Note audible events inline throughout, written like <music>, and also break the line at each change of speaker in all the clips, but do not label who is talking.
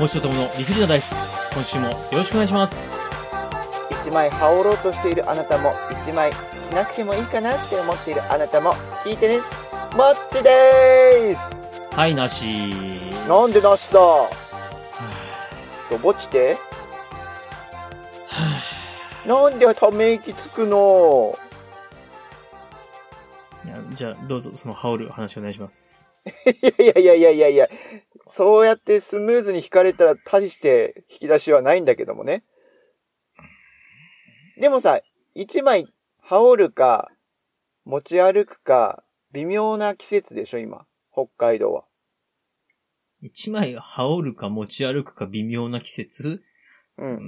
もしとともの理不尽なダイス今週もよろしくお願いします
一枚羽織ろうとしているあなたも一枚着なくてもいいかなって思っているあなたも聞いてねマッチでーす
はいなし
なんでなしさとぼちてなんでため息つくの
いやじゃあどうぞその羽織る話お願いします
いやいやいやいやいやそうやってスムーズに弾かれたら大して引き出しはないんだけどもね。でもさ、一枚羽織るか、持ち歩くか、微妙な季節でしょ、今。北海道は。
一枚羽織るか持ち歩くか微妙な季節
う。
うん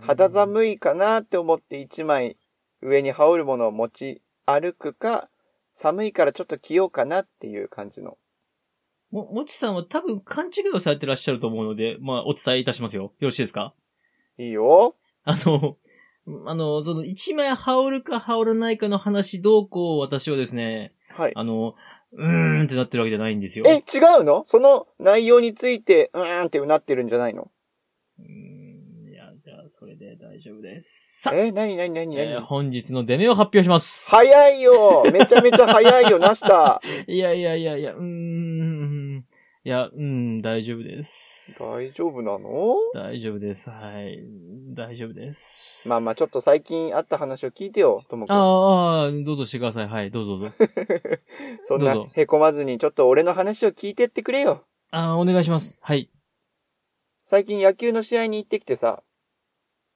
ーん
肌寒いかなって思って一枚上に羽織るものを持ち歩くか、寒いからちょっと着ようかなっていう感じの。
も、もちさんは多分勘違いをされてらっしゃると思うので、まあ、お伝えいたしますよ。よろしいですか
いいよ。
あの、あの、その、一枚羽織るか羽織らないかの話どうこう私はですね、
はい。
あの、うーんってなってるわけじゃないんですよ。
え、違うのその内容について、うーんってうなってるんじゃないの
うーんいや、じゃあ、それで大丈夫です。さあ、
え、なになになになに、
えー本日の出目を発表します。
早いよめちゃめちゃ早いよ、なした。
いやいやいやいや、うーん。いや、うん、大丈夫です。
<laughs> 大丈夫なの
大丈夫です。はい。大丈夫です。
まあまあ、ちょっと最近あった話を聞いてよ、ともくん。
ああ、どうぞしてください。はい、どうぞどうぞ。
<laughs> そんな
どうぞ、
へこまずに、ちょっと俺の話を聞いてってくれよ。
ああ、お願いします。はい。
最近野球の試合に行ってきてさ、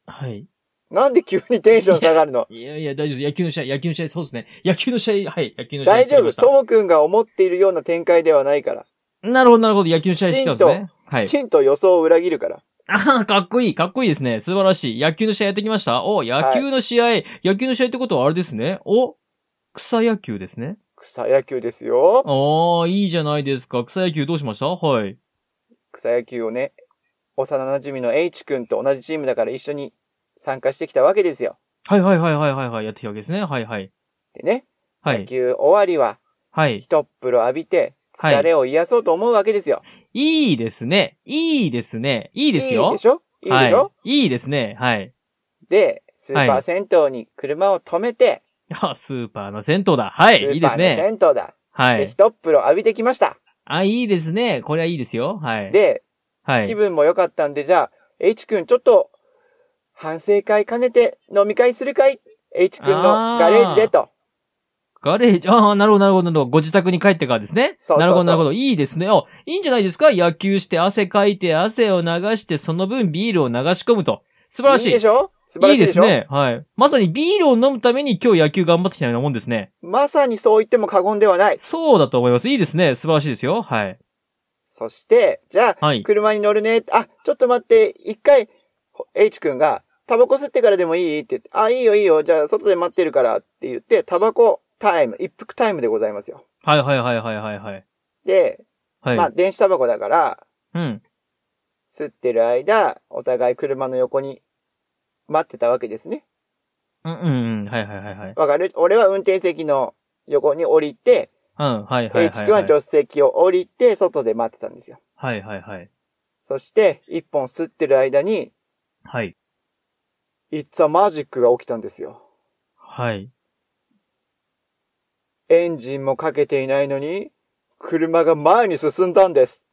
はい。
なんで急にテンション下がるの
いやいや、大丈夫です。野球の試合、野球の試合、そうですね。野球の試合、はい、野球の試合。
大丈夫と
と
もくんが思っているような展開ではないから。
なるほど、なるほど。野球の試合してたんですね。は
き
い。
ちんと予想を裏切るから。
ああ、かっこいい、かっこいいですね。素晴らしい。野球の試合やってきましたお、野球の試合、野球の試合ってことはあれですね。お、草野球ですね。
草野球ですよ。
ああ、いいじゃないですか。草野球どうしましたはい。
草野球をね、幼馴染みの H 君と同じチームだから一緒に参加してきたわけですよ。
はいはいはいはいはいはい。やってきたわけですね。はいはい。
でね、
は
野
い。
球終わりは、
はい。
一っ風呂浴びて、
はい
疲れを癒そうと思うわけですよ。
いいですね。いいですね。いい
い
ですよ。
いでしょいいでしょ、
はい。いいですね。はい。
で、スーパー銭湯に車を止めて、
あ、スーパーの銭湯だ。はい。いい
スー
で
パ
す
ーの
ね。
銭湯だ。
は
で、
い。
一っ風呂浴びてきました。
あ、いいですね。これはいいですよ。はい。
で、
は
気
い。
分も良かったんで、じゃあ、H 君ちょっと、反省会兼ねて飲み会するかい ?H 君のガレージでと。
ガレージ、ああ、なるほど、なるほど、なるほど。ご自宅に帰ってからですね。
そうそうそう
なるほど、なるほど。いいですね。お、いいんじゃないですか野球して、汗かいて、汗を流して、その分ビールを流し込むと。素晴らしい。
いいでしょ素晴らしいでしょ
いいですね。はい。まさにビールを飲むために今日野球頑張ってきたようなもんですね。
まさにそう言っても過言ではない。
そうだと思います。いいですね。素晴らしいですよ。はい。
そして、じゃあ、
はい
車に乗るね。あ、ちょっと待って、一回、ほ H 君が、タバコ吸ってからでもいいって言って、あ、いいよいいよ、じゃあ外で待ってるからって言って、タバコタイム、一服タイムでございますよ。
はいはいはいはいはいはい。
で、
はい。
まあ、電子タバコだから、
うん。
吸ってる間、お互い車の横に待ってたわけですね。
うんうんうん。はいはいはいはい。
わかる俺は運転席の横に降りて、
うん。はいはいはい、はい。
H 君は助手席を降りて、外で待ってたんですよ。
はいはいはい。
そして、一本吸ってる間に、
はい。
いっつぁマジックが起きたんですよ。
はい。
エンジンもかけていないのに、車が前に進んだんです。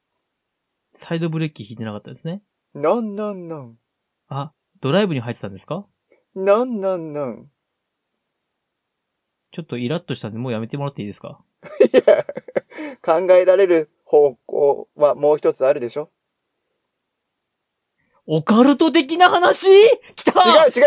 サイドブレーキ引いてなかったですね。
なんなんなん。
あ、ドライブに入ってたんですか
なんなんなん。
ちょっとイラッとしたんで、もうやめてもらっていいですか
いや、考えられる方向はもう一つあるでしょ
オカルト的な話来た
違う違う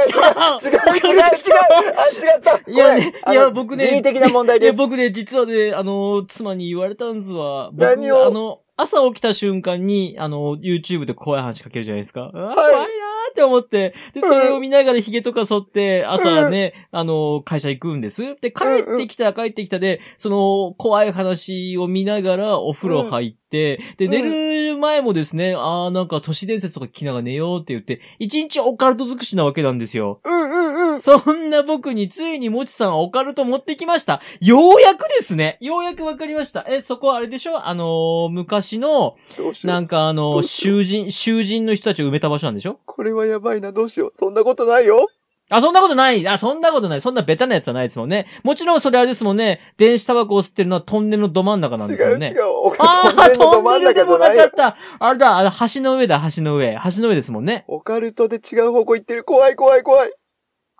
違う違う違う違うあ、違った
いやね
ごめんあの
いや僕ね
人為的な問題
いや、
です。
僕ね、実はね、あの、妻に言われたんですわ。僕、あ
何を
の、朝起きた瞬間に、あの、YouTube で怖い話かけるじゃないですか。あ怖いなーっって思って、で、それを見ながら髭とか剃って、朝ね、あの、会社行くんです。で、帰ってきた、帰ってきたで、その、怖い話を見ながらお風呂入って、で、
うん
寝る前もですね、あーなんか都市伝説とか聞きながら寝ようって言って、一日オカルト尽くしなわけなんですよ。
うんうんう
<laughs>
ん。
そんな僕についにもちさんはオカルト持ってきました。ようやくですね。ようやくわかりました。え、そこはあれでしょあのー昔の、
どうしよ
な
う。
んかあの
ど
ー
うし
囚人、囚人の人たちを埋めた場所なんでしょ
これはやばいな、どうしよう。そんなことないよ。
あ、そんなことない。あ、そんなことない。そんなベタなやつはないですもんね。もちろんそれあれですもんね。電子タバコを吸ってるのはトンネルのど真ん中なん
違
ですよ
う
ね。
違う。お
あ
金
あ、
のど
トン
真ん
ネルで
中じ
も
ゃ
な
ない
か
よ
っ。た。あれだ、あれ橋の上だ、橋の上。橋の上ですもんね。
オカルトで違う方向行ってる。怖い怖い怖い。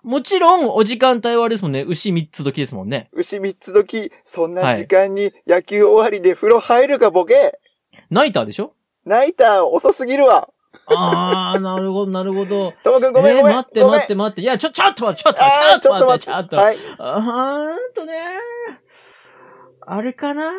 もちろん、お時間帯はあれですもんね。牛3つ時ですもんね。
牛三つ時、そんな時間に野球終わりで風呂入るかボケ。
ナイターでしょ
ナイター遅すぎるわ。
ああ、なるほど、なるほど。
ともくんごめん
えー
ごめん。
待って
ごめん
待って待って。いや、ちょ、ちょっと待って、ちょっと
あ
待
ー
って、ちょっと待って、ちょっと待って。
はい。
あーんとね。あれかな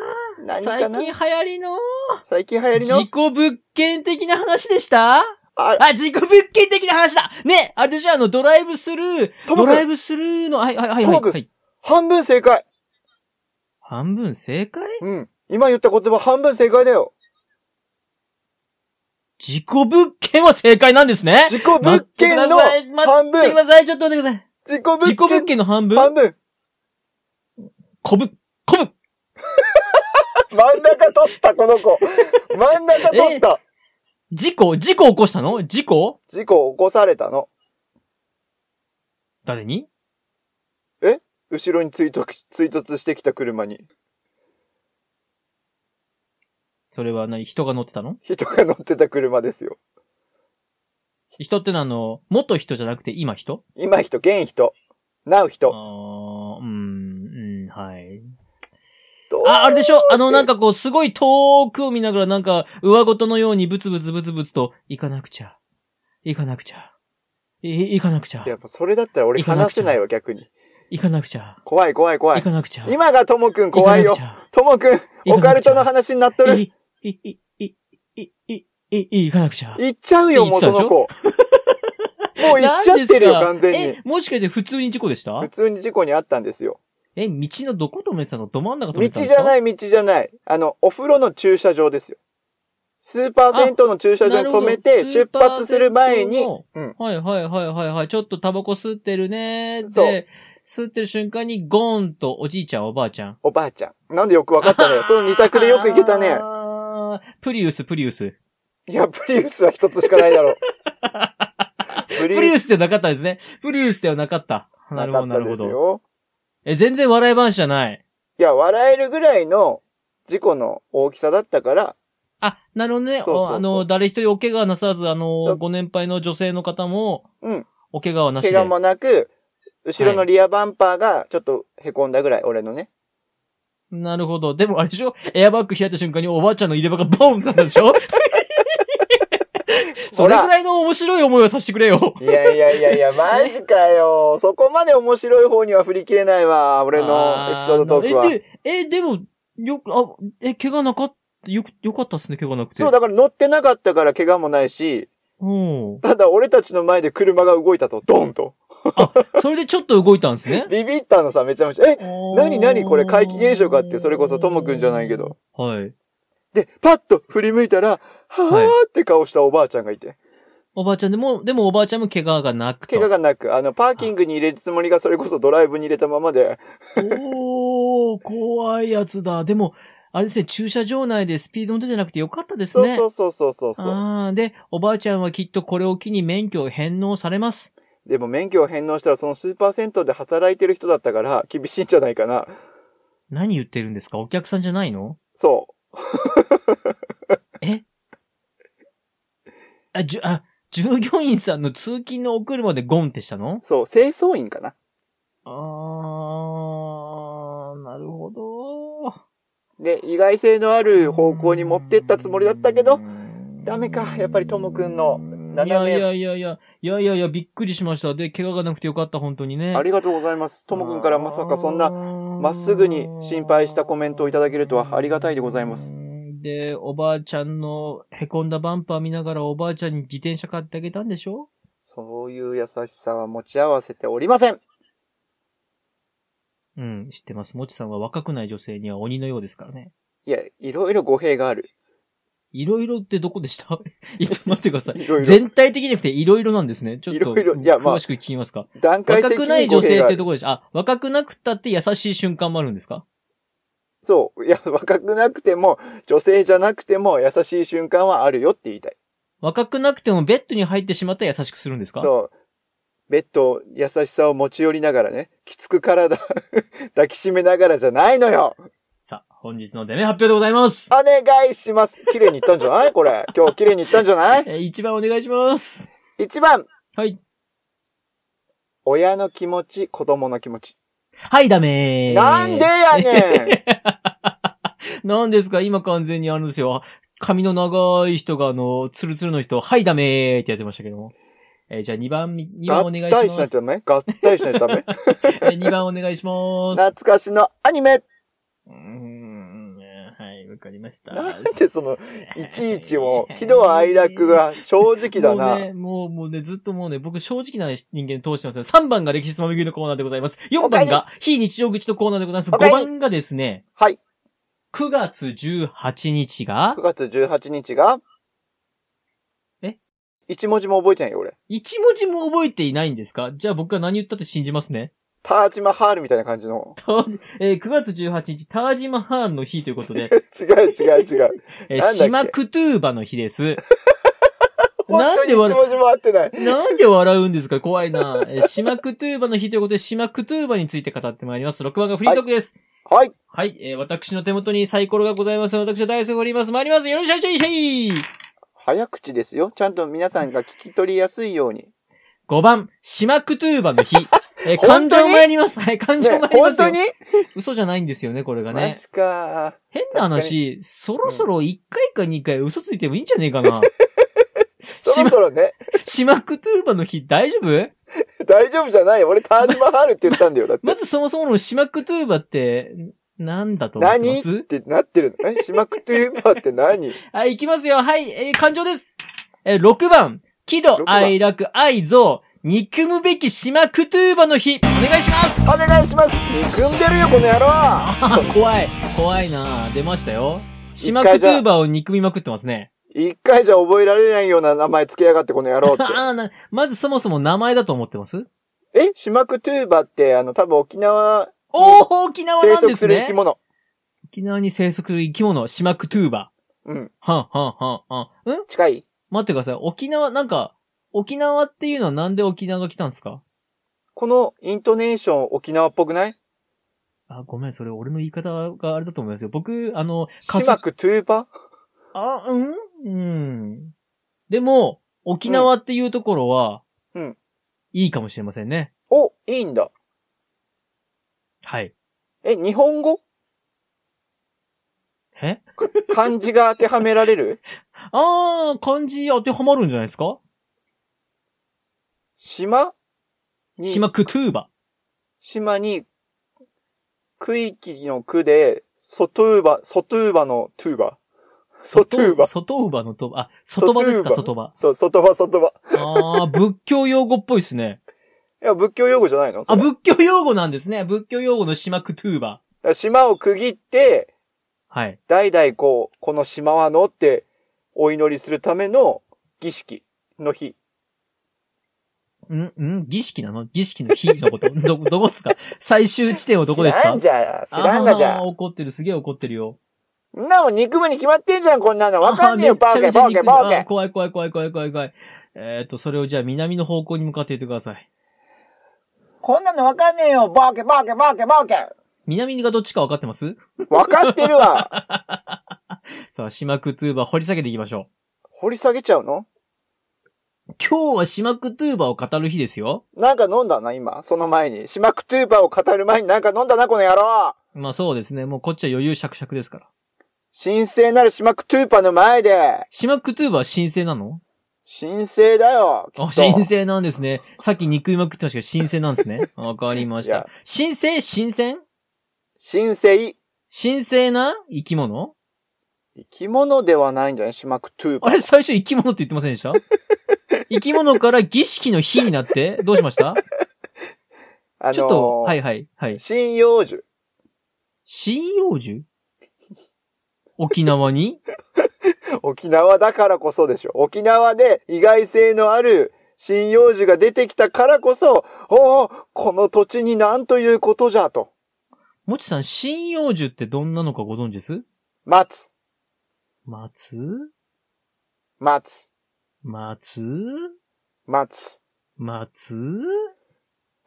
何か
最
な
近流行りの
最近流行りの
自己物件的な話でした
あ、
あ、自己物件的な話だねあれでしょあの、ドライブスルー、
と
ド
もく
ライ
ん、
ブスルーの、はいはいはい
ト
はい、
モ君
はい。
半分正解。
半分正解
うん。今言った言葉半分正解だよ。
自己物件は正解なんですね
自己物件の
待ってください
半
待ってく
分。
ださい、ちょっと待ってください。
自己
自己
物
物
件
件の半分
半分。
こぶ、こぶ
真ん中取った、この子。真ん中取った。
事故事故起こしたの事故
事故を起こされたの。
誰に
後ろに追突、追突してきた車に。
それは何人が乗ってたの
人が乗ってた車ですよ。
人ってのはあの、元人じゃなくて今人
今人、現人、now
あ
人。
あー、うん、うん、はい。
どう
あ、あれでしょあの、
して
なんかこう、すごい遠くを見ながら、なんか、上ごとのようにブツブツブツブツと、行かなくちゃ。行かなくちゃ。い、行かなくちゃ。
やっぱそれだったら俺
行かなく
話
ちゃ
せないわ、逆に。
行かなくちゃ。
怖い怖い怖
行
い。
かなくちゃ。
今がともくん怖いよ
行。か
ともくん、
行かなくちゃ
オカルトの話になっと
なく
る。
ちゃ。い、い、い、い、い、い、い、い、行かなくちゃ。
行っちゃうよ、もうその子。もう行っちゃってるよ、
なん
完
ですか
全に。
え、もしかして普通に事故でした
普通に事故にあったんですよ。
え、道のどこ止めてたのど真ん中止
道
めてたんで
じ
すか
ゃない、道じゃない。あの、お風呂の駐車場ですよ。スーパー銭湯の駐車場に止め
なる
て、
ほど
出発する前に
スーパー銭、
うん。
はいはいはいはいはい。ちょっとタバコ吸ってるねー
そう
で、吸ってる瞬間にゴーンとおじいちゃんおばあちゃん。
おばあちゃん。なんでよくわか
<laughs>
ったね。その二択でよく行けたね。
あー。プリウス、プリウス。
いや、プリウスは一つしかない
<laughs>
だろう。プ
プリウ
ス
スではなかったですね。プリウスではなかった。な
な
るほど、
かっ
な
た
るほ
です
ど。
よ。
え、全然笑い話じゃない。
いや、笑えるぐらいの事故の大きさだったから、
あ、なるほどね。
そうそうそう
おあの、誰一人お怪我はなさず、あ
そ
の、
う
ご年配の女性の方も、
うん。
お怪我はなし
怪
で。
我もなく、後ろのリアバンパーがちょっと凹んだぐらい、俺のね。
なるほど。でもあれでしょエアバッグ開いた瞬間におばあちゃんの入れ歯がボーンってなったでしょそれぐらいの面白い思いをさせてくれよ。
いやいやいやいや、マジかよ。そこまで面白い方には振り切れないわ、俺のエピソードトーク
あ
は
ー。え、で、え、でも、よく、あ、え、怪我なかった、よく、よかったっすね、怪我なくて。
そう、だから乗ってなかったから怪我もないし、
うん。
ただ俺たちの前で車が動いたと、ドンと。。
それでちょっと動いたんですね
ビビったのさ、めちゃめちゃ。え
何
何何これ怪奇現象かってそれこそともくんじゃないけど。
はい。
で、パッと振り向いたら、はぁーって顔したおばあちゃんがいて。
おばあちゃんでも、でもおばあちゃんも怪我がなくと。
怪我がなく、あの、パーキングに入れるつもりがそれこそドライブに入れたままで、
おー、怖いやつだ。でも、あれですね、駐車場内でスピード運転じゃなくてよかったです
そう
ね。
そうそうそうそうそう。
ああ、で、おばあちゃんはきっとこれを機に免許を返納されます。
でも免許を返納したらそのスーパー銭湯で働いてる人だったから厳しいんじゃないかな。
何言ってるんですかお客さんじゃないの
そ
あ、じゅ、あ、従業員さんの通勤のお車でゴンってしたの
う。そう。清掃員かな。
ああ、なるほど。
で、意外性のある方向に持ってったつもりだったけど、、ダメかやっぱりともくんの
い
斜
や
め
いやいやいや、いやいやいや、びっくりしました。で、怪我がなくてよかった、本当にね。
ありがとうございます。ともくんからまさかそんなま
ま
っすぐに心配したコメントをいただけるとはありがたいでございます。
で、おばあちゃんのへこんだバンパー見ながらおばあちゃんに自転車買ってあげたんでしょ
そういう優しさは持ち合わせておりません。
うん、知ってます。もちさんは若くない女性には鬼のようですからね。
いや、いろいろ語弊がある。
いろいろってどこでした <laughs> いやちょっと待ってください。
いろいろ。
全体的じゃなくていろいろなんですね。ちょっと、
いろいろいやまあ
詳しく聞きますか。
段階
若
的
くない
に
女
語弊
性
が
っ
あ
て
る。
ところでしょあ、若くなくたって優しい瞬間もあるんですか
そう。いや、 <laughs> 若くなくても、女性じゃなくても、優しい瞬間はあるよって言いたい。
若くなくてもベッドに入ってしまったら優しくするんですか
そう。ベッド、優しさを持ち寄りながらね、きつく体、 <laughs> 抱きしめながらじゃないのよ
さあ、本日のデメ発表でございます。
お願いします綺麗にいったんじゃないこれ。今日綺麗にいったんじゃない
えー、一番お願いします。
一番、
はい。
親の気持ち、子供の気持ち。
はい、ダメー。
なんでやね
なんですか今完全にあるんですよ。髪の長い人が、あの、ツルツルの人、はい、ダメーってやってましたけども。えーじゃあ2番、<laughs>
ん
2番お
合
願い
体
し
しな
ま
いと
す
ダ。メ合体しないとダ
<laughs>
メ
えー、2番お願いしま
懐
す。
かしのアニメ
うーん、はい、わかりました。
なんでその、いちいちもう、喜怒哀楽が正直だ
もう
な。
ね、もう、もうね、ずっともうね、僕正直な人間通してますよ。3番が歴史つまみ食いのコーナーでございます。4番が非日常口のコーナーでございます。5
おかえり
番がですね、
はい。
9月18日が
9、月18日が
え
一文字も覚えてないよ、俺。
一文字も覚えていないんですかじゃあ僕が何言ったって信じますね。
タージマハールみたいな感
<laughs>
じの。
タージえー9月18日、タージマハールの日ということ
<laughs>
で、
違う違う違う。
えー
なんだっけ
島クトゥーバの日です。 <laughs> な
<laughs> 本
んで
当に一
笑
文字も合ってない。
なんで笑うんですか怖いな。えー、島クトゥーバの日ということで、島クトゥーバについて語ってまいります。6番がフリートークです。
はい。
はい、えー私の手元にサイコロがございます。私は大好きおります。参ります。よろしくお願いします。
早口ですよ。ちゃんと皆さんが聞き取りやすいよ
<laughs>
うに。
5番、島クトゥーバの日。えー
本
感
当に
情参ります。はい、感情
ね
参りま
本
す
当
よ。
に
嘘じゃないんですよね、これが
マ
ね。
ジか。
変な話、そろそろ1回か2回嘘ついてもいいんじゃねえかな。
<laughs> そろそろね、
島クトゥーバの日大丈夫
大丈夫じゃないよ。俺タージマハールって言ったんだよ。
<laughs>
だって。
まずそもそもの島クトゥーバって、なんだと思って
何
ま
っ
す
てなってるのえ、シマクトゥーパーって何
はい、いきますよ。はい、えー、感情です。えー、6番、喜
六
怒
番
哀楽愛憎、憎むべき島クトゥーバの日、お願いします
<laughs> お願いします憎んでるよ、この
<laughs>
野郎
あ怖い、怖いな出ましたよ。島クトゥーバを憎みまくってますね。
一回じゃ覚えられないような名前つけやがって、この野郎っ
<laughs>
て。
あーなまずそもそも名前だと思ってます
えシマクトゥーバーって、あの、多分沖縄
おー、沖縄
生
なん
息
ですす
る生
ね
き。物。
沖縄に生息する生き物、島クトゥーバ。
うん。
はんはんはんはん。ん
近い
待ってください。沖縄、なんか、沖縄っていうのはなんで沖縄が来たんですか
このイントネーション沖縄っぽくない
あ、ごめん、それ俺の言い方があれだと思いますよ。僕、あの、
シマクトゥーパ
あ、うんうん。でも、沖縄っていうところは、
うんうん
いいかもしれませんね。
ーお、いいんだ。
はい。
え、日本語
え
漢字が当てはめられる
あー、漢字当てはまるんじゃないですか
島に
島クトゥーバ。
島に、区域の区で、ソトゥーバ、ソトゥーバのトゥーバ。ソトゥーバ。
外場のとば、あ、外場ですか、
外
外場。
そう、外場、外場。
あー、仏教用語っぽいですね。
いや、仏教用語じゃないの
あ、
それ
仏教用語なんですね。仏教用語の島クトゥーバ。
だから島を区切って、
はい。
代々こう、この島はのって、お祈りするための儀式の日。
んん儀式なの儀式の日の
<laughs>
ことど、どこですか最終地点はどこです
知ら
か
んじゃ、知らんがじゃ
あー。怒ってる、すげえ怒ってるよ。
んなもん憎むに決まってんじゃん、こんなの。わかんねえよ、
あ
バ
ー
ー
め
ケ、
っちゃ
バ
め
ー
ちゃ憎い
ケ、バーケ
あー。怖い怖い怖い怖い怖い怖い。えっ、と、それをじゃあ南の方向に向かって言ってください。
こんなのわかんねえよ、バーケ、バーケ、バーケ、バーケ。
南がどっちか分かってます
わかって
<laughs>
るわ。
さあ、島クトゥーバー掘り下げていきましょ
掘り下げちゃうの
う。今日は島クトゥーバーを語る日ですよ。
なんか飲んだな、今。その前に。シマクトゥーパーを語る前になんか飲んだな、この野郎
まあそうですね。もうこっちは余裕しゃくしゃくですから。
神聖なるシマクトゥーパーの前で、
島クトゥーバーは神聖なの
神聖だよきっ
あ、
と
神聖なんですね。さっき憎いまくってましたけど、神聖なんです
<laughs>
ね。わかりまし
いや
た。神聖新鮮
神聖。
神聖な生き物
生き物ではないんじゃないシマクトゥーパ
あ
ー。 <laughs>
れ、最初生き物って言ってませんでした生生き物から儀式の火になって、どうしました
あのー
ちょっと、はいはい、はい。
針葉樹。
針葉樹沖縄に
沖縄だからこそでしょ。沖縄で意外性のある針葉樹が出てきたからこそ、おお、この土地になんということじゃと。
もちさん、針葉樹ってどんなのかご存知です
松、
松
松、
松
松。
松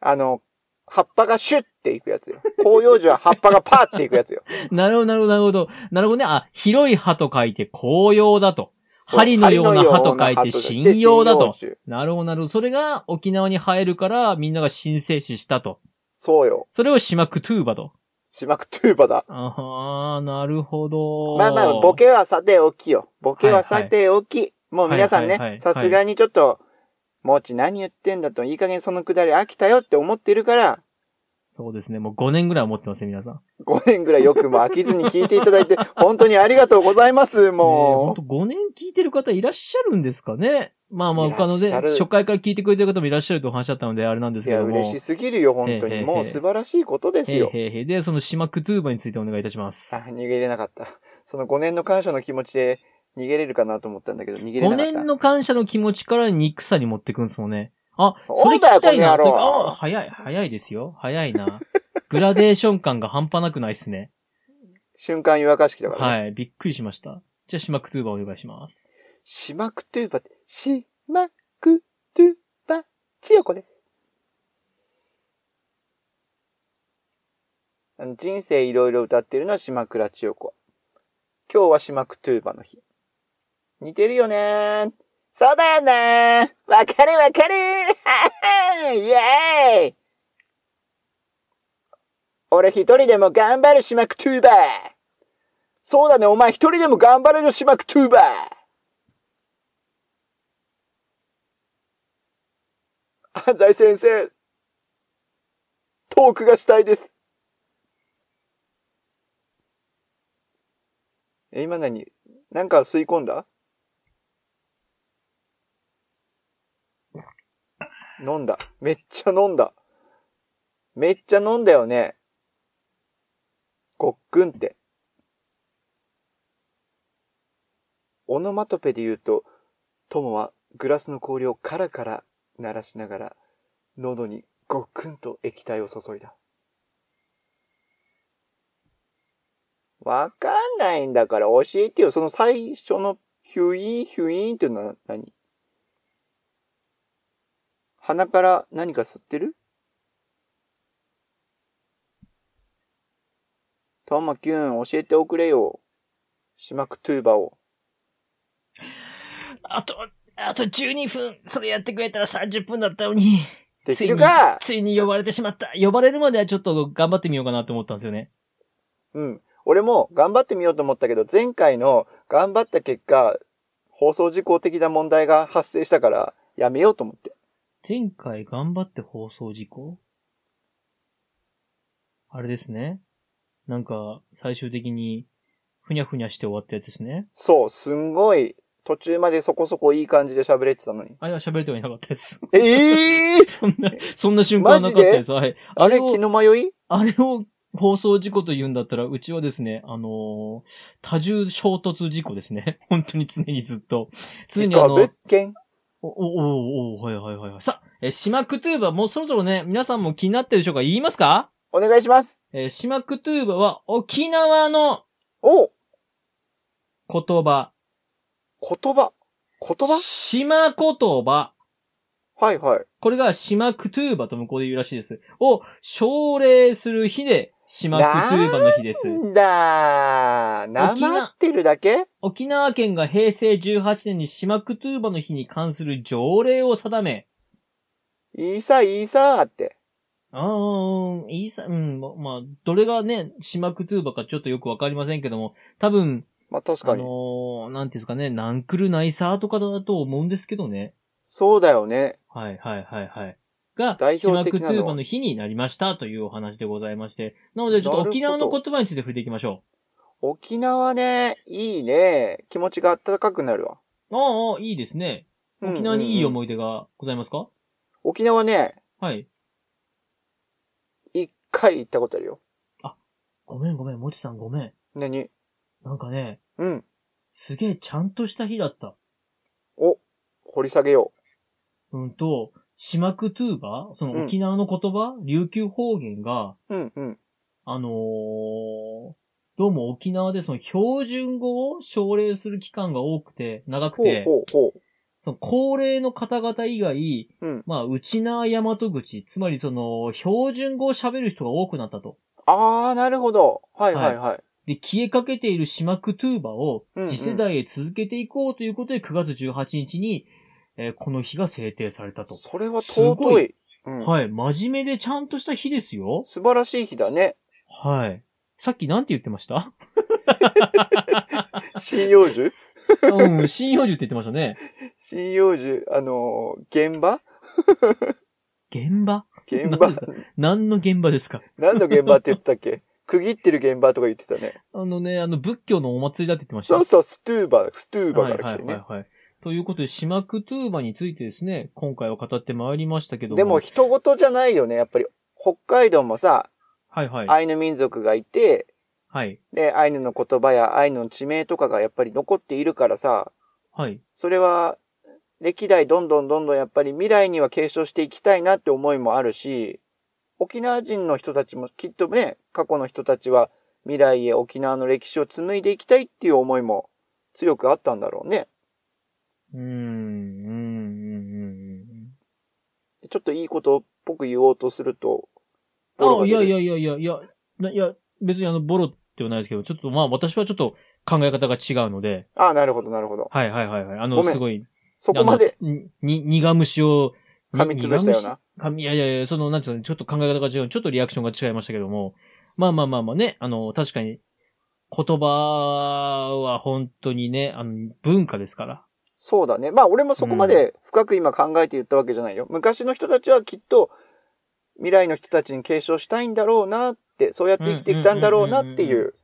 あの、葉っぱがシュッていくやつよ。広葉樹は葉っぱがパーっていくやつよ。
なるほど、なるほど、なるほど。なるほどね。あ、広い葉と書いて紅葉だと。
そう
針のような葉と書いて
針
針葉だ
針
と
葉。樹
なるほど、なるほど。それが沖縄に生えるから、みんなが神聖視したと。
そうよ。
それを島クトゥーバと。
島クトゥーバだ。
ああ、なるほど。
まあまあ、ボケはさておきよ。ボケはさておき。もう皆さ
はい
ん
はいは
ね、
い
さすがにちょっと、もち何言ってんだと、いい加減そのくだり飽きたよって思ってるから、
そうですね。もう5年ぐらい思ってますね、皆さん。ね
5年ぐらいよくも飽きずに聞いていただい
<laughs>
て、本当にありがとうございます、
え、ほん
も
と5年聞いてる方いらっしゃるんですかね。まあまあ、
いら
他
っしゃ
の
る
で、初回から聞いてくれてる方もいらっしゃるとお話だったので、あれなんですけ
う。いや、
ども。
嬉しすぎるよ、本当
えええ
に。
え
もう素晴らしいことです
へ
よ。
ーへーへーで、その島クトゥーバについてお願いいたします。
あ、逃げれなかった。その5年の感謝の気持ちで逃げれるかなと思ったんだけど、逃げれ
5
なかった。
年の感謝の気持ちから憎さに持ってくんですもんね。あ、
そ
そうれ聞きたいな。
だ
そ
よ
れ
この野郎
あ、早い、早いですよ。早いな。 <laughs> グラデーション感が半端なくないっすね。
瞬間湯沸かし器だから、ね。
はい、びっくりしました。じゃあ、島クトゥーバお願いします。
シマクトゥーバって、シマクトゥーバ、千代子です。あの人生いろいろ歌ってるのは島倉千代子。今日はシマクトゥーバの日。似てるよねー。そうだよねー。わかるわかるー。 <laughs> イエーイ俺一人でも頑張るシマクトゥーバー。そうだね、お前一人でも頑張れるシマクトゥーバー。安西先生、トークがしたいです。え、今何なんか吸い込んだ飲んだ。めっちゃ飲んだ。めっちゃ飲んだよね。ごっくんって。オノマトペで言うと、友はグラスの氷をカラカラ鳴らしながら、喉にごっくんと液体を注いだ。わかんないんだから教えてよ。その最初のヒュイーン、ヒュイーンっていうのは何鼻から何か吸ってるトマキュン、教えておくれよ。シマクトゥーバを。
あと、あと12分、それやってくれたら30分だったのに。
できるか
ついに呼ばれてしまった。呼ばれるまではちょっと頑張ってみようかなと思ったんですよね。
うん。俺も頑張ってみようと思ったけど、前回の頑張った結果、放送事項的な問題が発生したから、やめようと思って。
前回頑張って放送事故あれですね。なんか、最終的に、ふにゃふにゃして終わったやつですね。
そう、すんごい、途中までそこそこいい感じで喋れてたのに。
あれは喋れてはいなかったです。 <laughs>
ええー、
そんな、そんな瞬間はなかったです。はい。
あ
あ
れ
れ
気
を、
の迷い
あれを放送事故と言うんだったら、うちはですね、あのー多重衝突事故ですね。 <laughs> 本当に常にずっと。常にあ
事故
の、
物件
お、お、お、お、はいはいはいはい。さあ、えー、島クトゥーバ、もうそろそろね、皆さんも気になってるでしょうか言いますか
お願いします。
えー島クトゥーバは沖縄の
お
言葉。
言葉。言葉
島言葉。
はいはい。
これが島クトゥーバと向こうで言うらしいです。を奨励する日で、島クトゥーバの日です。
なんだー。な
沖縄
まってるだけ
沖縄県が平成18年に島クトゥーバの日に関する条例を定め、
いいさ、いいさーって。
あー、いいさ、うん、ままあ、どれがね、島クトゥーバかちょっとよくわかりませんけども、多分、
まあ、確
あ
か
の
に。
ー、なんていうんですかね、ナンクルナイサーとかだと思うんですけどね。
そうだよね。
はいはいはいはい。が、
代
シマ
表
ク
的
ト
なの
ゥーバの日になりましたというお話でございまして。なので、ちょっ
な
と
るほど
沖縄の言葉について触れていきましょ
沖縄ね、いいね。気持ちが温かくなるわ。
う。ああ、いいですね。
うん
沖縄にいい
うんうん
思い出がございますか、
沖縄ね、
はい。
一回行ったことあるよ。
ごめんごめん、もちさんごめん。
何
なんかね、
うん。
すげえちゃんとした日だった。
お、掘り下げよ
うんと、島クトゥーバーその沖縄の言葉、琉球方言が、
う。うんうん。
あのーどうも沖縄でその標準語を奨励する期間が多くて、長く
ほう
て、
ほうほ
その高齢の方々以外、
う。うん。
まあ、内縄大和口、つまりその、標準語を喋る人が多くなったと。
あー、なるほど。はいはいはい。
で、消えかけている島クトゥーバを
うんうん
次世代へ続けていこうということで9月18日に、えーこの日が制定されたと。
それは
すご
尊
い
い。うん。
はい。真面目でちゃんとした日ですよ。
素晴らしい日
<laughs>
だね。
はい。さっきなんて言ってました
<laughs> 針葉樹
うん、針葉樹って言ってましたね。
針葉樹、あのー現場
現場
現
何
場
ですか何の現場ですか
何の現場って言ったっけ区切ってる現場とか言ってたね。
あのね、あの、仏教のお祭りだって言ってました。
そうそう、ストゥーバー、ストゥーバーから来
は
て
い
ね
は。いはいはい。ということで、島クトゥーバについてですね、今回は語ってまいりましたけども。
でも、人事じゃないよね、やっぱり。北海道もさ、
はいはい。
アイヌ民族がいて、
はい。
で、アイヌの言葉やアイヌの地名とかがやっぱり残っているからさ、
はい。
それは、歴代どんどんどんどんやっぱり未来には継承していきたいなって思いもあるし、沖縄人の人たちもきっとね、過去の人たちは未来へ沖縄の歴史を紡いでいきたいっていう思いも強くあったんだろうね。
うーん、うーん、うーんう
ちょっといいことっぽく言おうとすると、
ーん。あ、いやい
や。
やいやいやいや、ないや、別にあの、ボロではないですけど、ちょっとまあ私はちょっと考え方が違うので、
あ、なるほど、なるほど。
はいはいはいはい。あの、
ごめん
すごい、
そこまで
あの。に、に苦虫を、に
噛みつぶしたよな。
苦虫噛みいやいやいや、その、なんていうの、ちょっと考え方が違う。ちょっとリアクションが違いましたけども。まあまあまあまあね、あの、確かに、言葉は本当にね、あの、文化ですから。
そうだね。まあ俺もそこまで深く今考えて言ったわけじゃないよ。昔の人たちはきっと未来の人たちに継承したいんだろうなって、そうやって生きてきたんだろうなっていう。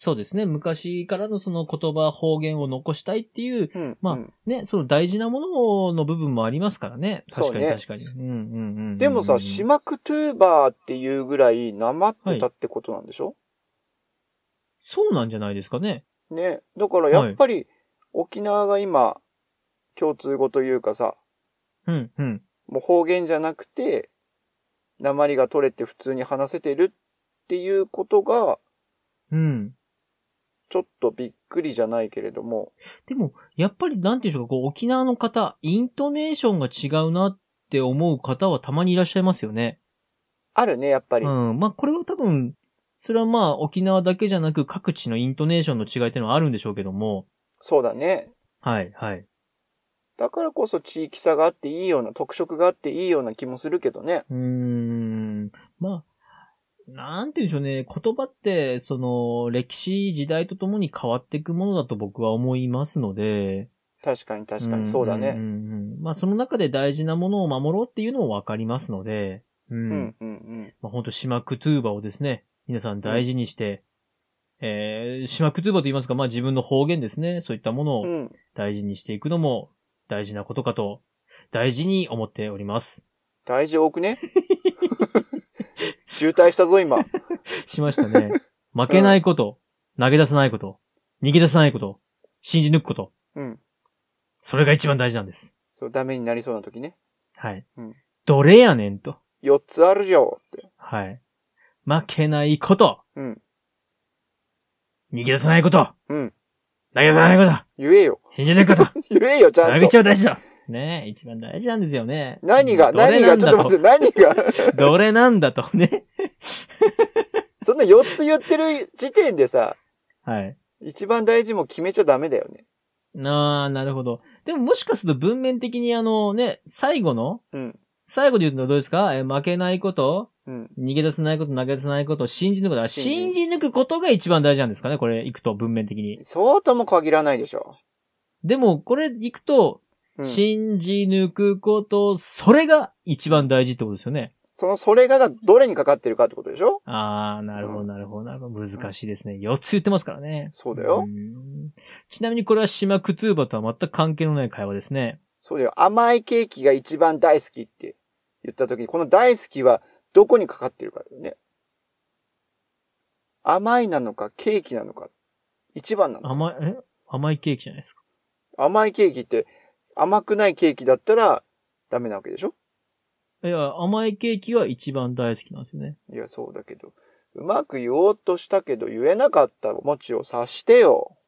そうですね。昔からのその言葉、方言を残したいっていう、
うん
まあ
うん
ね、その大事なものの部分もありますからね。確かに
そうね
確かに。うんうんうんうんうん。
でもさ、シマクトゥーバーっていうぐらい生ってたってことなんでしょ、
そうなんじゃないですかね。
ね。だからやっぱり沖縄が今共通語というかさ、
うんうん。
もう方言じゃなくて、鉛が取れて普通に話せてるっていうことが、
うん。
ちょっとびっくりじゃないけれども、
でも、やっぱり、なんていうんでしょうか、こう、沖縄の方、イントネーションが違うなって思う方はたまにいらっしゃいますよね。
あるね、やっぱり。
うん。まあ、これは多分、それはまあ、沖縄だけじゃなく、各地のイントネーションの違いっていうのはあるんでしょうけども。
そうだね。
はい、はい。
だからこそ地域差があっていいような、特色があっていいような気もするけどね。
うーん。まあ、なんていうんでしょうね。言葉って、その、歴史、時代とともに変わっていくものだと僕は思いますので。
確かに確かに、そうだ
うん
ね。
うんうんまあ、その中で大事なものを守ろうっていうのもわかりますので。
うん、うん、うん。
まあ、本当島クトゥーバをですね、皆さん大事にして、えー、島クトゥーバと言いますか、まあ自分の方言ですね、そういったもの
う
を
ん、
大事にしていくのも大事なことかと、大事に思っております。
大事多くね。 <laughs> 渋滞したぞ、今。
しましたね。負けないこと、投げ出さないこと、逃げ出さないこと、信じ抜くこと、
うん。
それが一番大事なんです。
そう、ダメになりそうな時ね。
はい。
うん
どれやねんと。
4つあるじゃんって。
はい。負けないこと、
うん、
逃げ出さないこと、
うん。
投げ出さないこと、
言えよ。 <laughs>
信じ抜くこと、
言えよ、ちゃ
投
ん
げ
と。
ちゃ大事だ。ねえ、一番大事なんですよね。
何が、
どれ
何
な
が、
ん
ちょ
だ
っと待って、何が。 <laughs>
どれなんだとね。
そんな4つ言ってる時点でさ、
はい。
一番大事も決めちゃダメだよね。
あー、なるほど。でももしかすると文面的にあのね、最後の、
うん、
最後で言うのはどうですかえー負けないこと、
うん。
逃げ出せないこと、投げ出せないこと、信じ抜くこと。あ
信
信
じ
じ抜くことが一番大事なんですかねこれ、行くと、文面的に。
そうとも限らないでしょ。
でも、これ、行くと、
うん、そ
信じ抜くこと、それが一番大事ってことですよね。
の、それががどれにかかってるかってことでしょ
ああ、なるほ
う
ど、なるほど、なるほど。難しいですね。4つ言ってますからね。
そうだよ
ん。ちなみにこれは島クトゥーバとは全く関係のない会話ですね。
そうだよ。甘いケーキが一番大好きって言った時に、この大好きはどこにかかってるかだよね。甘いなのか、ケーキなのか、一番なのか。
甘い、え甘いケーキじゃないですか。
甘いケーキって、甘くないケーキだったらダメなわけでしょ
いや、甘いケーキが一番大好きなんですよね。
いや、そうだけど。うまく言おうとしたけど言えなかった餅を察してよ。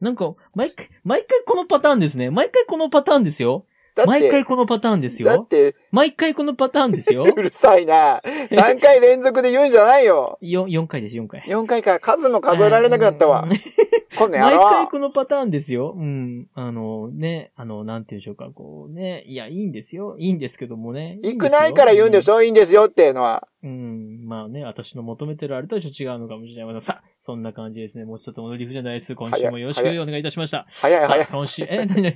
なんか、毎回、毎回このパターンですね。毎回このパターンですよ。
だって、
毎回このパターンです
だ
よ
っ。て、
毎回このパターンですよ。
うるさいな。3回連続で言うんじゃないよ。
4、4回です、4回。
4回か、数も数えられなくなったわ
うん。
こんなや
毎
ろ
回このパターンですよ。うん。あの、ね、あの、なんて言うんでしょうか、こうね。いや、いいんですよ。いいんですけどもね。
行くないから言うんでし
ょ、
ょいいんですよっていうのは。
うん、まあね、私の求めてるあれとはちょっと違うのかもしれないけど、さあ、そんな感じですね。もうちょっと戻りふじゃないです。今週もよろしくお願いいたしました。
早い
さあ、
早い。
今週、え、なになに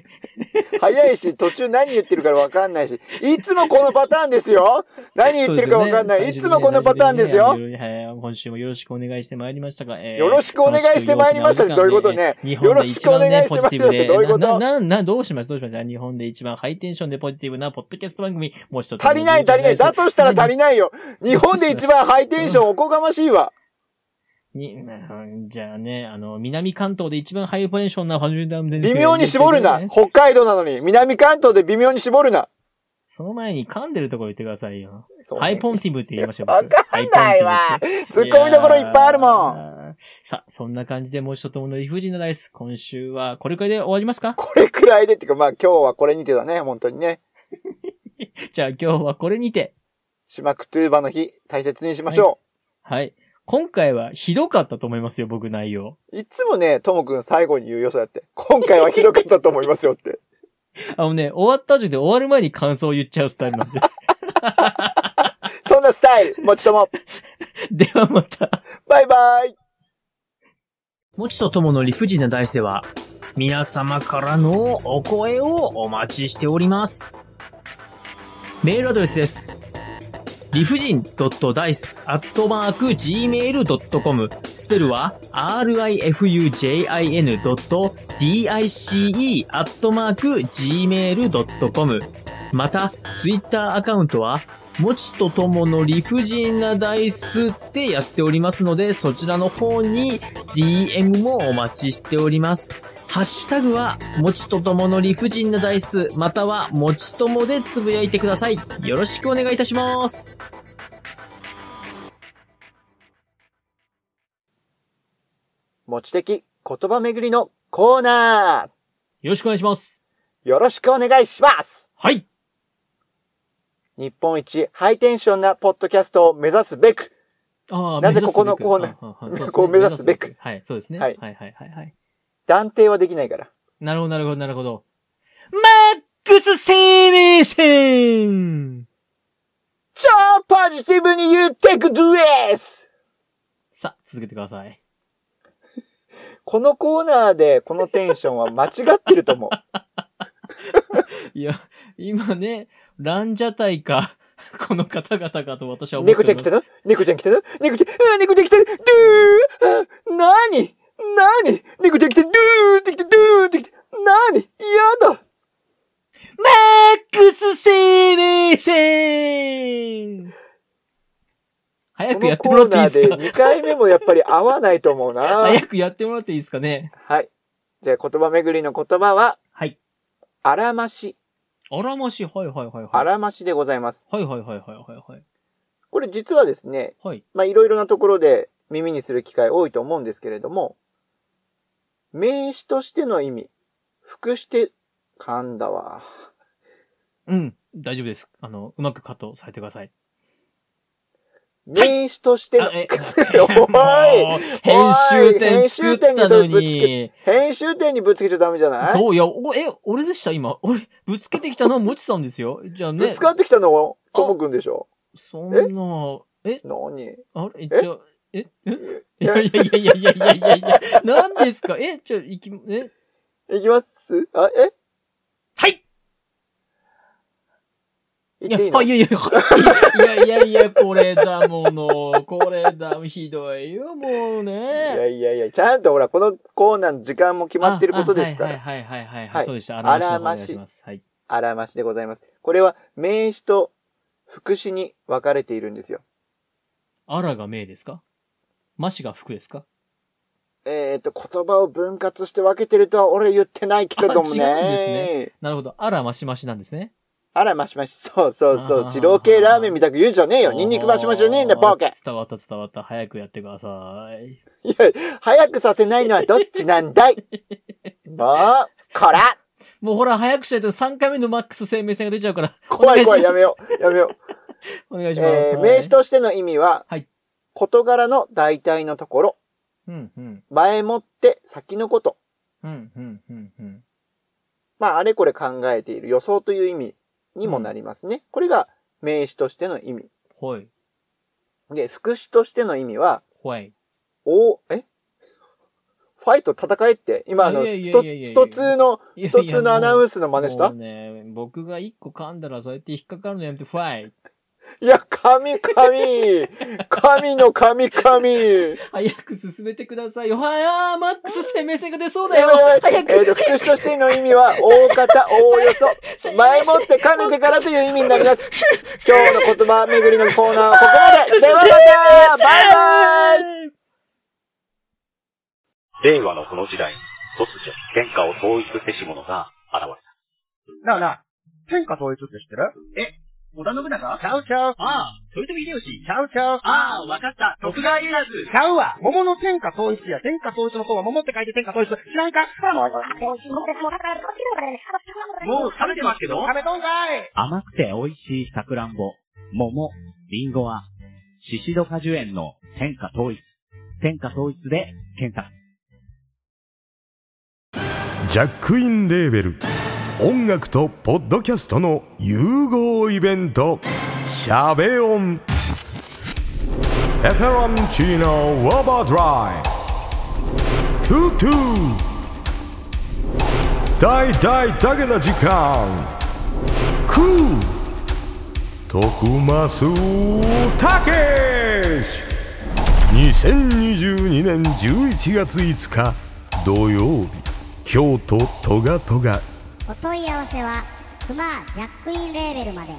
早いし、途中何言ってるからわかんないし。いつもこのパターンですよ何言ってるかわかんない。いつもこのパターンですよ、
はい、今週もよろしくお願いしてまいりましたが、えー
よろしくお願いしてまいりましたってどういうことね。
日本で一番
よ
ね、
ろしくお
ポ
願いしてま
ジ
い
テ
り
ィブ
ましたって
で、
どういうこと
な、な、な、どうしますどうします日本で一番ハイテンションでポジティブなポッドキャスト番組、もう一つ。
足りない足りない。だとしたら足
り
りないよ。日本で一番ハイテンションおこがましいわ。
に、うんじゃあね、あの、南関東で一番ハイテンションなファジュダムで、
微妙に絞るな。北海道なのに、南関東で微妙に絞るな。
その前に噛んでるところ言ってくださいよ。
そうね
ハイポンティブって言いましょう。
わ
僕
かんないわ。ツッコミどころいっぱいあるもん。
ん。さあ、そんな感じでもう一つもの理不尽なダイス。今週はこれくらいで終わりますか <laughs>
これくらいでっていうか、まあ今日はこれにてだね、本当にね。
じゃあ今日はこれにて。
島クトゥーバの日、大切にしましょ
はい。今回はひどかったと思いますよ、僕内容。
う。い、つもね、ともくん最後に言うよ、そうやって。今回はひどかったと思いますよって。 <laughs>
あのね、終わった後で終わる前に感想を言っちゃうスタイルなんです。 <laughs>
そんなスタイル、もちとも。
ではまた。
バイバイ。
もちとともの理不尽な大世は、皆様からのお声をお待ちしております。メールアドレスです。理不尽 .dice.gmail.com スペルは rifujin.dice.gmail.com また、ツイッターアカウントは、もちとともの理不尽なダイスってやっておりますので、そちらの方に DM もお待ちしております。ハッシュタグは、もちとともの理不尽なダイス、または、もちともでつぶやいてください。よろしくお願いいたします。
持ち的言葉巡りのコーナ
よろしくお願いします。
ー。よろしくお願いします。
はい。
日本一ハイテンションなポッドキャストを目指すべく、
あー
なぜここのコーナー
ー
<laughs> こう目指すべく。
あああそうですね
は
はいい、そうですね。はい、はい、はい、はい。
断定はできないから。
なるほど、なるほど、なるほど。マックス生命線
超ポジティブに言ってくドゥエス
さあ、続けてください。
このコーナーでこのテンションは間違ってると思う。
いや、今ね、ランジャタイか、この方々かと私は思って
猫
お
ちゃ
りま
ん来
す
た。の猫ちゃん来たの猫ちゃん、うん猫ちゃん来たのドゥーなになに猫ちゃん来たドゥーって来て、ドゥーって来て、なにやだ
マックス生命線早くやってもらっていいです
このコーナ
か
ーで2回目もやっぱり合わないと思うな。は
<laughs>
い。
早くやってもらっていいですかね
じゃあ言葉巡りの言葉は、
はい。
あらまし。
あらまし、はいはいはいはい。
あらましでございます。
はいはいはいはいはいはい。
これ実はですね、
はい。
まあ、いろいろなところで耳にする機会多いと思うんですけれども、名詞としての意味、副して、噛んだわ。
うん。大丈夫です。あの、うまくカットされてください。
名詞としての、
あえ
おい
もう <laughs> 編集点作ったの
編集点にそれ
に。
編集点にぶつけちゃダメじゃない
そう、いや、お、え、俺でした今。俺、ぶつけてきたのはもちさんですよ。じゃあ
ぶ
ね
つ。かってきたのは、ともくんでしょ
そんな、え、
何
あれじゃあ、え <laughs> えいやいやいやいやいやいやいや、何ですかえじゃあ、いき、え
いきますあ、え
はいい
言っ
や、
ていいの
はい、いやいや、はいいやいやいや、これだもの。これだ、ひどいよ、もう
い
ね。
やいやいや、ちゃんとほら、このコーナーの時間も決まってることですから。
あはいはいはいはい、は、
はいい
そうでした。あ
あ
ら
ら
ま
ま
し
し
お願いします。はい。
あらましでございます。これは名詞と副詞に分かれているんですよ。
あらが名ですかましが服ですか
えっ、と、言葉を分割して分けてるとは俺言ってないけれどもね。
あ違うんですねなるほど。あらましましなんですね。
あらましまし。そうそうそ
あー
う。二郎系ラーメンみたく言うんじゃねえよ。ニンニクマシマシじゃねえんだ、ボケ。
伝わった伝わった。早くやってください。
いや、早くさせないのはどっちなん
<laughs>
だいもう、こら
もうほら、早くしないと3回目のマックス生命線が出ちゃうから。
怖い怖い、
お
や
願
め
しま
よう。やめよう。
す。お願いします。
えー名詞としての意味は、
はい
事柄の代替のところ、
うんうん。
前もって先のこと、
うんうんうんうん。
まあ、あれこれ考えている予想という意味にもなりますね。これが名詞としての意味。
ほい。
で、副詞としての意味は、
ほい。
お、えファイト戦えって、今あの、
いやいや
ス
いやい
ト
やいや
スト2の、
一
スト2のアナウンスの真似し
も
た
うね、僕が一個噛んだらそうやって引っかかるのやめて、ファイ。
いや、
<laughs>
神神神の神神
早く進めてくださいよ。はやー、マックス生命線が出そうだ
や
よ。
ばいやばい
早
えっ、
く。
と、副詞としての意味は、大方、おおよ
<laughs>
そ、前もって兼ねてからという意味になります。今日の言葉巡りのコーナーはここ
<laughs>
までではまたバイバイ
イ
令和のこの時代、突如、天下を統一せし者が現れた。
なあなあ、天下統一って知ってる
え、織田信長
ちゃうちゃう。
ああ、豊臣秀吉。
ちゃうちゃう。
ああ、わかった。徳川家康。
ちゃうわ。桃の天下統一や。天下統一の方は桃って書いて天下統一。知らんか
もう食べてますけど
食べとんかい
甘くて美味しいさくらんぼ、桃、りんごは、シシド果樹園の天下統一。天下統一で検索。
ジャックインレーベル音楽とポッドキャストの融合イベント「シャベオン」「エフェロンチーノウォーバードライ」「トゥトゥ」「大大だけな時間」「クー」「徳マスたけし」2022年11月5日土曜日京都トガトガ
お問い合わせはクマージャックインレーベルまで